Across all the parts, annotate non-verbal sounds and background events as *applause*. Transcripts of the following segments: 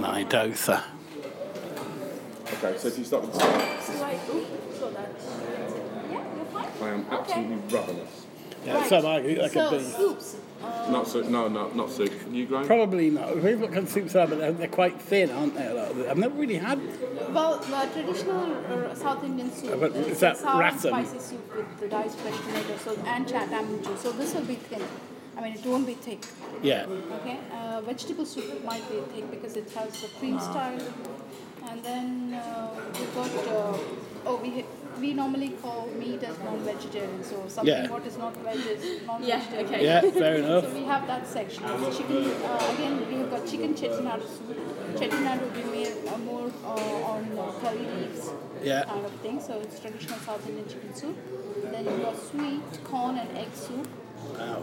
Idotha. Okay, so if you start with the start, So I, ooh, so that's, yeah, you're fine. I am absolutely ravenous. Yeah, so I, I could So be. soups. Not soup, no, no, not soup. You, Graham? Probably not. People that can soup salad, but they're, they're quite thin, aren't they? A lot of them? I've never really had. Well, the traditional uh, South Indian soup. But is is that sour and rasam? spicy soup with the diced fresh tomato so, and chatam juice. So this will be thin. I mean, it won't be thick. Yeah. Okay. Uh, vegetable soup might be thick because it has the cream Ah. style. And then uh, we got uh, oh we ha- we normally call meat as non-vegetarian. So something Yeah. what is not veg is non-vegetarian. okay. Yeah, fair enough. *laughs* So we have that section. It's chicken, uh, again, we have got chicken chettinad soup. Chettinad would be made uh, more uh, on uh, curry leaves Yeah. kind of thing. So it's traditional South Indian chicken soup. Then you got sweet corn and egg soup. Mm, Wow.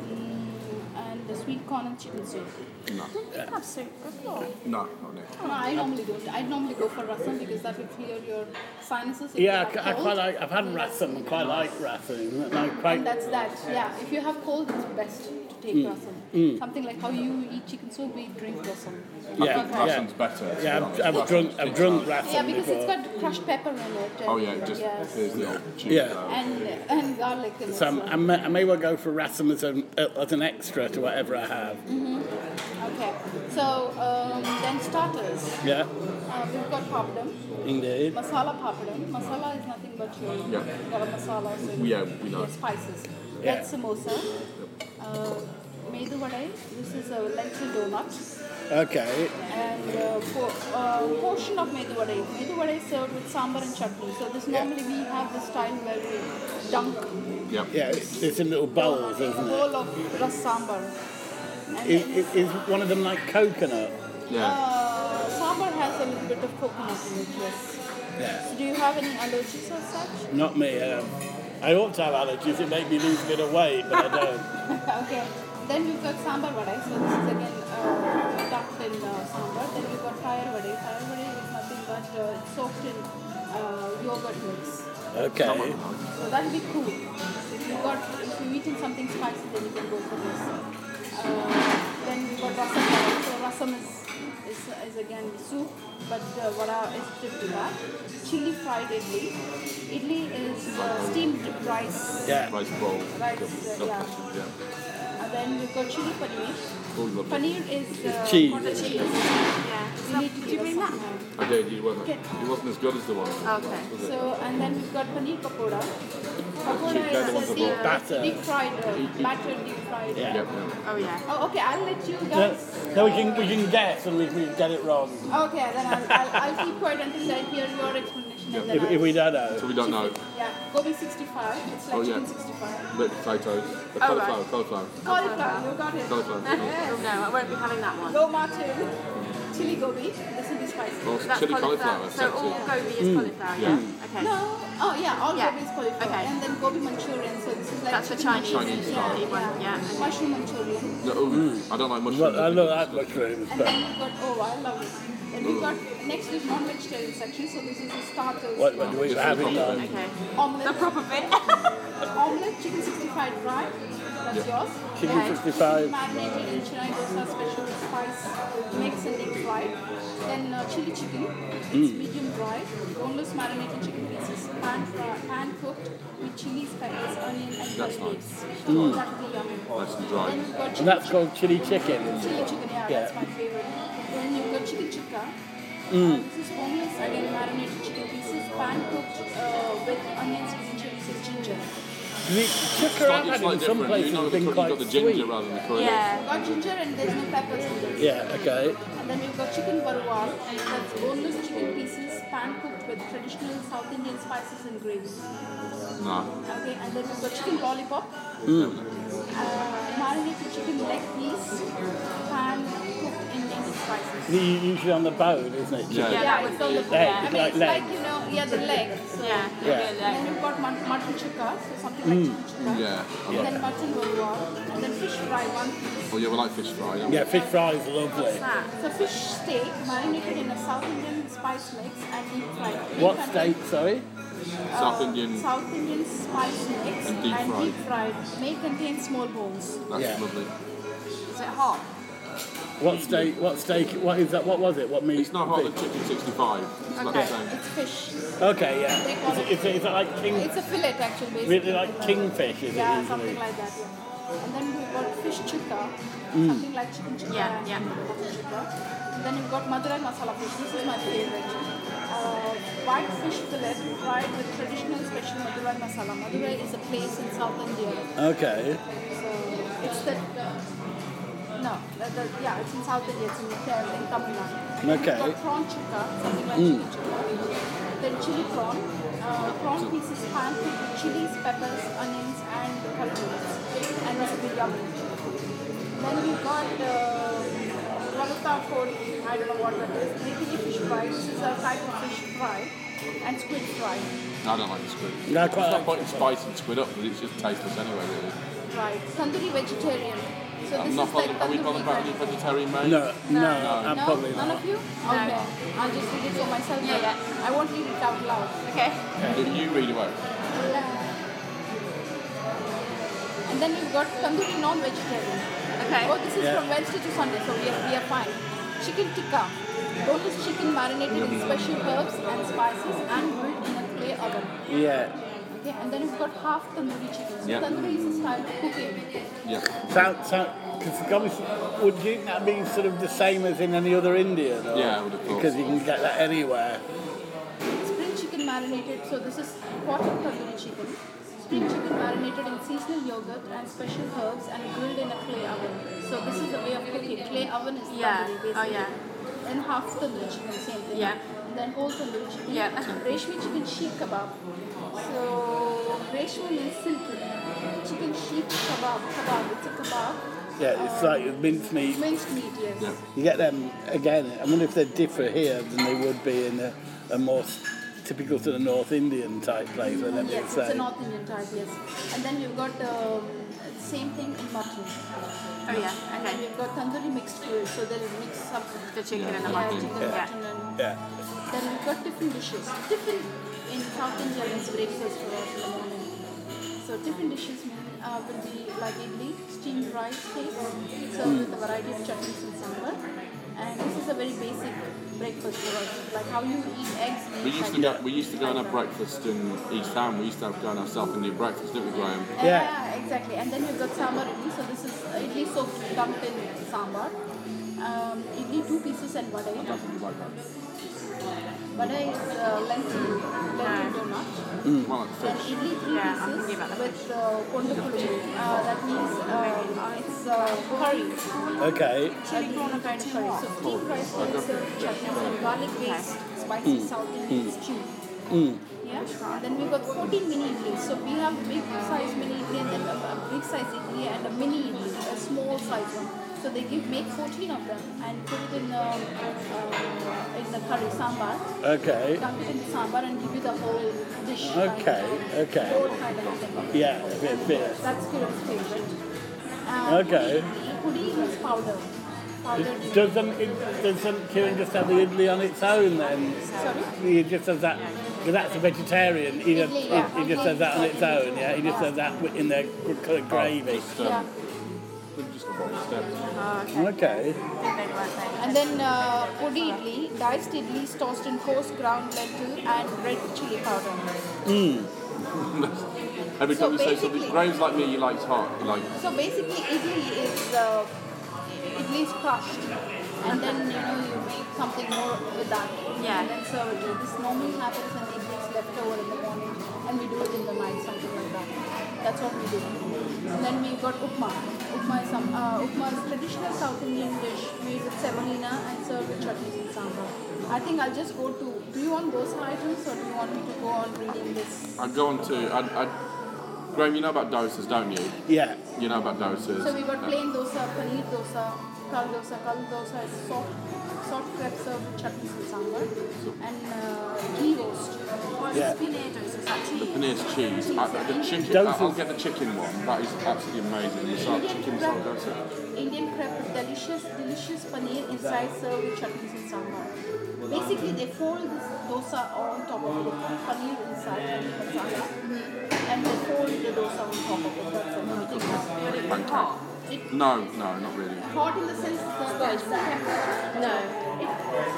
And the sweet corn and chicken soup. No. Yeah. Have soup before. No, not now. No, I normally don't. I normally go for rasam because that will clear your sinuses. if you Yeah, I, have c- I cold. quite like. I've had rasam. I quite like rasam. Isn't it? Like And quite. that's that. Yeah, if you have cold, it's best to take Mm. rasam. Something like how you eat chicken soup, we drink rasam. Yeah, I think yeah. rasam's better. to be Yeah, honest. I've, I've Rasam's drunk. I've drunk better. rasam Yeah, because before. it's got crushed pepper in it. And, Oh yeah, it just uh, yes. here's the old tune. Yeah. though. and and garlic in so it. I'm- I may, I may well go for rasam as an as an extra to whatever I have. Okay, so um, then starters. Yeah, Uh, we've got papadam, indeed. masala papadam. Masala is nothing but your Yeah. garam masala. So Yeah, we know. your Spices. Yeah. Red samosa. Uh, Medu vadai. This is a lentil donut. Okay. and uh, po- uh, portion of medu vadai. Medu vadai is served with sambar and chutney. So this normally we have this style where we dunk Yeah. Yeah, it's, it's in little bowls, a Oh, isn't it? bowl of ras sambar. And Is, then, is, is one of them like coconut? Yeah. uh, sambar has a little bit of coconut in it. Yes. Yeah. So do you have any allergies or *laughs* such? Not me. Um, I ought to have allergies. It made me lose a bit of weight, but I don't. okay. Then we've got sambar vadai. So this is again uh, ducked in uh, sambar. Then we've got fire vadai. Fire vadai is nothing but uh, it's soaked in uh, yogurt mix. Okay. So that'll be cool. If you got if you're eating something spicy, then you can go for this. Uh, then we got rasam. vada. So rasam is, is, is again soup, but uh, vada is dipped in that. Chili fried idli. Idli is uh, steamed rice. Yeah. Rice bowl. Rice, good, uh, yeah. yeah. And then we've got chili paneer. All lovely. Paneer is uh, cheese. cottage cheese. Yeah. You need to Did you give us bring that? some. I did. You weren't. Okay. It wasn't as good as the one. Okay. Was it? So and then we've got paneer pakoda. Pakoda They're the is ones that deep, were- Batter. deep fried, uh, battered deep fried. Yeah. Yep. Yeah. Oh yeah. *laughs* Oh, okay, I'll let you No, guys. no, we can we can guess and we can get it wrong Okay, then I'll, I'll, I'll keep quiet until I hear your explanation. And then if, if we don't know. So we don't know. I'll, yeah, gobi 65. It's like Oh, yeah. chicken 65. Look, potatoes. The Oh, right. cauliflower. Cauliflower. Cauliflower, you got it. Cauliflower. Oh no, I won't be having that one. Go Martin. Chili gobi. This will be spicy. Oh, That's chili cauliflower. cauliflower. So all sexy. gobi is cauliflower. Yeah. Okay. No. Oh, yeah, all Yeah. gobi is cauliflower. Okay. And then gobi Manchurian. So this is like That's the chicken Chinese, Chinese yeah, style. one, yeah. Mushroom Manchurian. No, ooh, I don't like mushrooms. Well, I don't like mushrooms, And but then we've got, oh, I love it. Then we've got next is non vegetarian section. So this is the starters. what, what do we have it on? Okay. Omelette. The proper bit. Omelette, chicken 65 fried, that's yours. Chicken Okay. 65. Marinated in Chennai dosa special spice mix and deep fried. Then uh, chili chicken, it's Mm. medium dry, boneless marinated chicken pieces, pan fried, pan cooked with chili peppers, onion and That's curry nice. leaves. That would be yummy. Nice and dry. Then you've got Mm. And chicken that's called chili chicken. chili chicken, yeah, Yeah. Mm. that's my favorite. Then you've got chicken tikka. Uh, this is boneless, again marinated chicken pieces, pan cooked uh, with onions, green chilies, and ginger. The chicken I've had in It's like some different. places You know, has the been curry- you've got quite the ginger sweet. rather than the curry. *laughs* yeah. Got ginger and there's no peppers in this. Yeah. Okay. And then we've got chicken barwal, that's boneless chicken pieces, pan cooked with traditional South Indian spices and gravies. No. Okay, and then we've got chicken lollipop, Hmm. uh, marinated chicken leg piece, pan cooked in Indian spices. The- Usually on the bone, isn't it? Yeah. Yeah, that Yeah, would it's all the be. Leg, I Yeah. mean, like it's leg. like you know, yeah, the leg. So. Yeah. Yeah. And then we've got mut- mutton chukka, so something Hmm. like chicken chukka. Yeah. I And like then mutton barwal, and then fish fry one piece. Oh yeah, we like fish fry. Yeah. Fish fry is lovely. That. It's a fish steak marinated in a South Indian spice mix and deep fried. Deep What and- steak? Sorry. South Indian. South Indian spice mix And deep and deep fried. May contain small bones. That's Yeah. lovely. Is it hot? What steak? What steak? What is that? What was it? What meat? It's not hot thing? than chicken 65. It's not the Okay. same. It's fish. Okay, They yeah. call Is it, is it, is it like king? It's a fillet actually, basically. Really like kingfish, is it Yeah, usually? something like that. Yeah. And then we've got fish chikka, Mm. something like chicken chikka. Yeah, yeah. and fish chikka. And then we've got Madurai masala fish. This is my favorite. Uh, white fish fillet fried with traditional special Madurai masala. Madurai is a place in South India. Okay. So it's the no, the, the, yeah, it's in South India, it's in Kerala, in Tamil Nadu. Okay. We've got prawn chukka, something like chili chukka. Then chili prawn, uh, prawn pieces pan with chilies, peppers, onions, and curry leaves. And that's a biryani. Then we've got uh, Valata Kori, I don't know what that is, Nitili fish fry, this is a type of fish fry, and squid fry. I don't like the squid. It's No, I quite not like point in spicing squid up because it's just tasteless anyway, really. Right. Tandoori vegetarian. So I'm this not is bothered, like are we tandoori bothered about any veg. vegetarian, mate? No, no, I'm no, probably none not. of you? Okay. I'll just read it for myself. Yeah, then. I won't read it out loud. Okay. If you read away. And then we've got tandoori non-vegetarian. Okay. Oh, this is Yeah. from Wednesday to Sunday, so we are, we are fine. Chicken tikka. Boneless chicken marinated in special herbs and spices and grilled in a clay oven. Yeah. Okay, and then we've got half tandoori chicken. So Yeah. tandoori is a style of cooking. Yeah. Sound, sound, cause obviously, would you think that be sort of the same as in any other Indian? Or? Yeah, I would have thought. Because you can get that anywhere. spring chicken marinated. So this is potted tandoori chicken. Spring chicken marinated in seasonal yogurt and special herbs and grilled in a clay oven. So this is the way of cooking. Clay oven is Yeah. tandoori Oh, basically. yeah. And half tandoori chicken, same thing. Yeah. And then whole tandoori chicken. Yeah. Reshmi chicken sheep kebab. So reshmi means silky. Chicken sheep kebab. Kebab. It's a kebab. Yeah, it's like minced meat. Minced meat, yes. Yeah. You get them again. I wonder if they differ here than they would be in a, a more s- typical sort of North Indian type place. I let me Yes, say. it's a North Indian type, yes. And then we've got um, same thing in mutton. Oh yeah. And then Okay. we've got tandoori mixed food, so they'll mix up The chicken and the yeah, mutton. chicken, Yeah. mutton, and yeah. then we've got different dishes. Different in South India is breakfast for us in the morning. So different dishes mean, uh, will be like idli, steamed rice cakes, served with a variety of chutneys and sambar. And this is a very basic breakfast for us, like how you eat eggs. We eat used to like- go. We used to go and have breakfast in East Ham. We used to have go and have South Indian breakfast, didn't we, Graham? Yeah. Yeah. exactly. And then we've got sambar idli. So this is idli soaked dumped in sambar. Um, idli two pieces and vadai. I don't think you like that. Vadai is uh, lentil, lentil donut. Hmm. Well, like Then fish. idli three Yeah, I'm pieces thinking about that. with uh, kondu pulli. Uh, that means uh, it's uh, curry. Okay. Chili corn kind of curry. So deep fried oil served chutneys and uh, garlic based spicy South Indian stew. Yeah. And then we've got 14 mini idlis. So we have big size mini idli and then a, a big size idli and a mini idli, a small size one. So they give make 14 of them and put it in the uh, in the curry sambar, Okay. dump it in the sambar and give you the whole dish. like Okay. that. Okay. Whole kind of thing. Yeah. A bit, bit. That's good favorite. Uh, Okay. Pudi, pudi is powder. Powdered. Does um, it, does um, Kieran just have the idli on its own then? Sorry. He just has that. Because that's a vegetarian. He just, Idli, yeah. he, he just has that on its own. Yeah. He just has that wi- in the gr- coloured gravy. Just, Yeah. um, just a bowl of *laughs* steps. Okay. They weren't there. And then uh, pudi idli, diced idli tossed in coarse ground lentil and red chili powder. Every So time you say something, basically- Graham's like me. He likes hot. He likes So basically, idli is uh, idli is crushed, and then you know you make something more with that. Yeah. And then serve it. This normally happens when idli is left over in the morning, and we do it in the night, something like that. That's what we do. And then we got upma. Upma is some uh, upma is traditional South Indian dish made with semolina and served with chutneys and sambar. I think I'll just go to. Do you want those items, or do you want me to go on reading this? I'd go on to. I'd, I'd, Graham, you know about doses, don't you? Yeah. You know about doses. So we got plain dosa, paneer dosa, kal dosa. Kal dosa is salt, salt crepe served with chutneys and sambar, and uh, ghee roast. What's Yeah. paneer dose? Is that cheese? Paneer's cheese. I, the chicken. I, Doses. I'll get the chicken one. That is absolutely amazing. It's like chicken salad dosa. Indian crepe with delicious, delicious paneer inside served with chutneys and sambar. Basically, they fold this dosa on top of it. They put paneer inside and put sambar, and they fold the dosa on top of it. That's it. But it was hot. It No, no, not really. hot in the sense that the it's the temperature. No.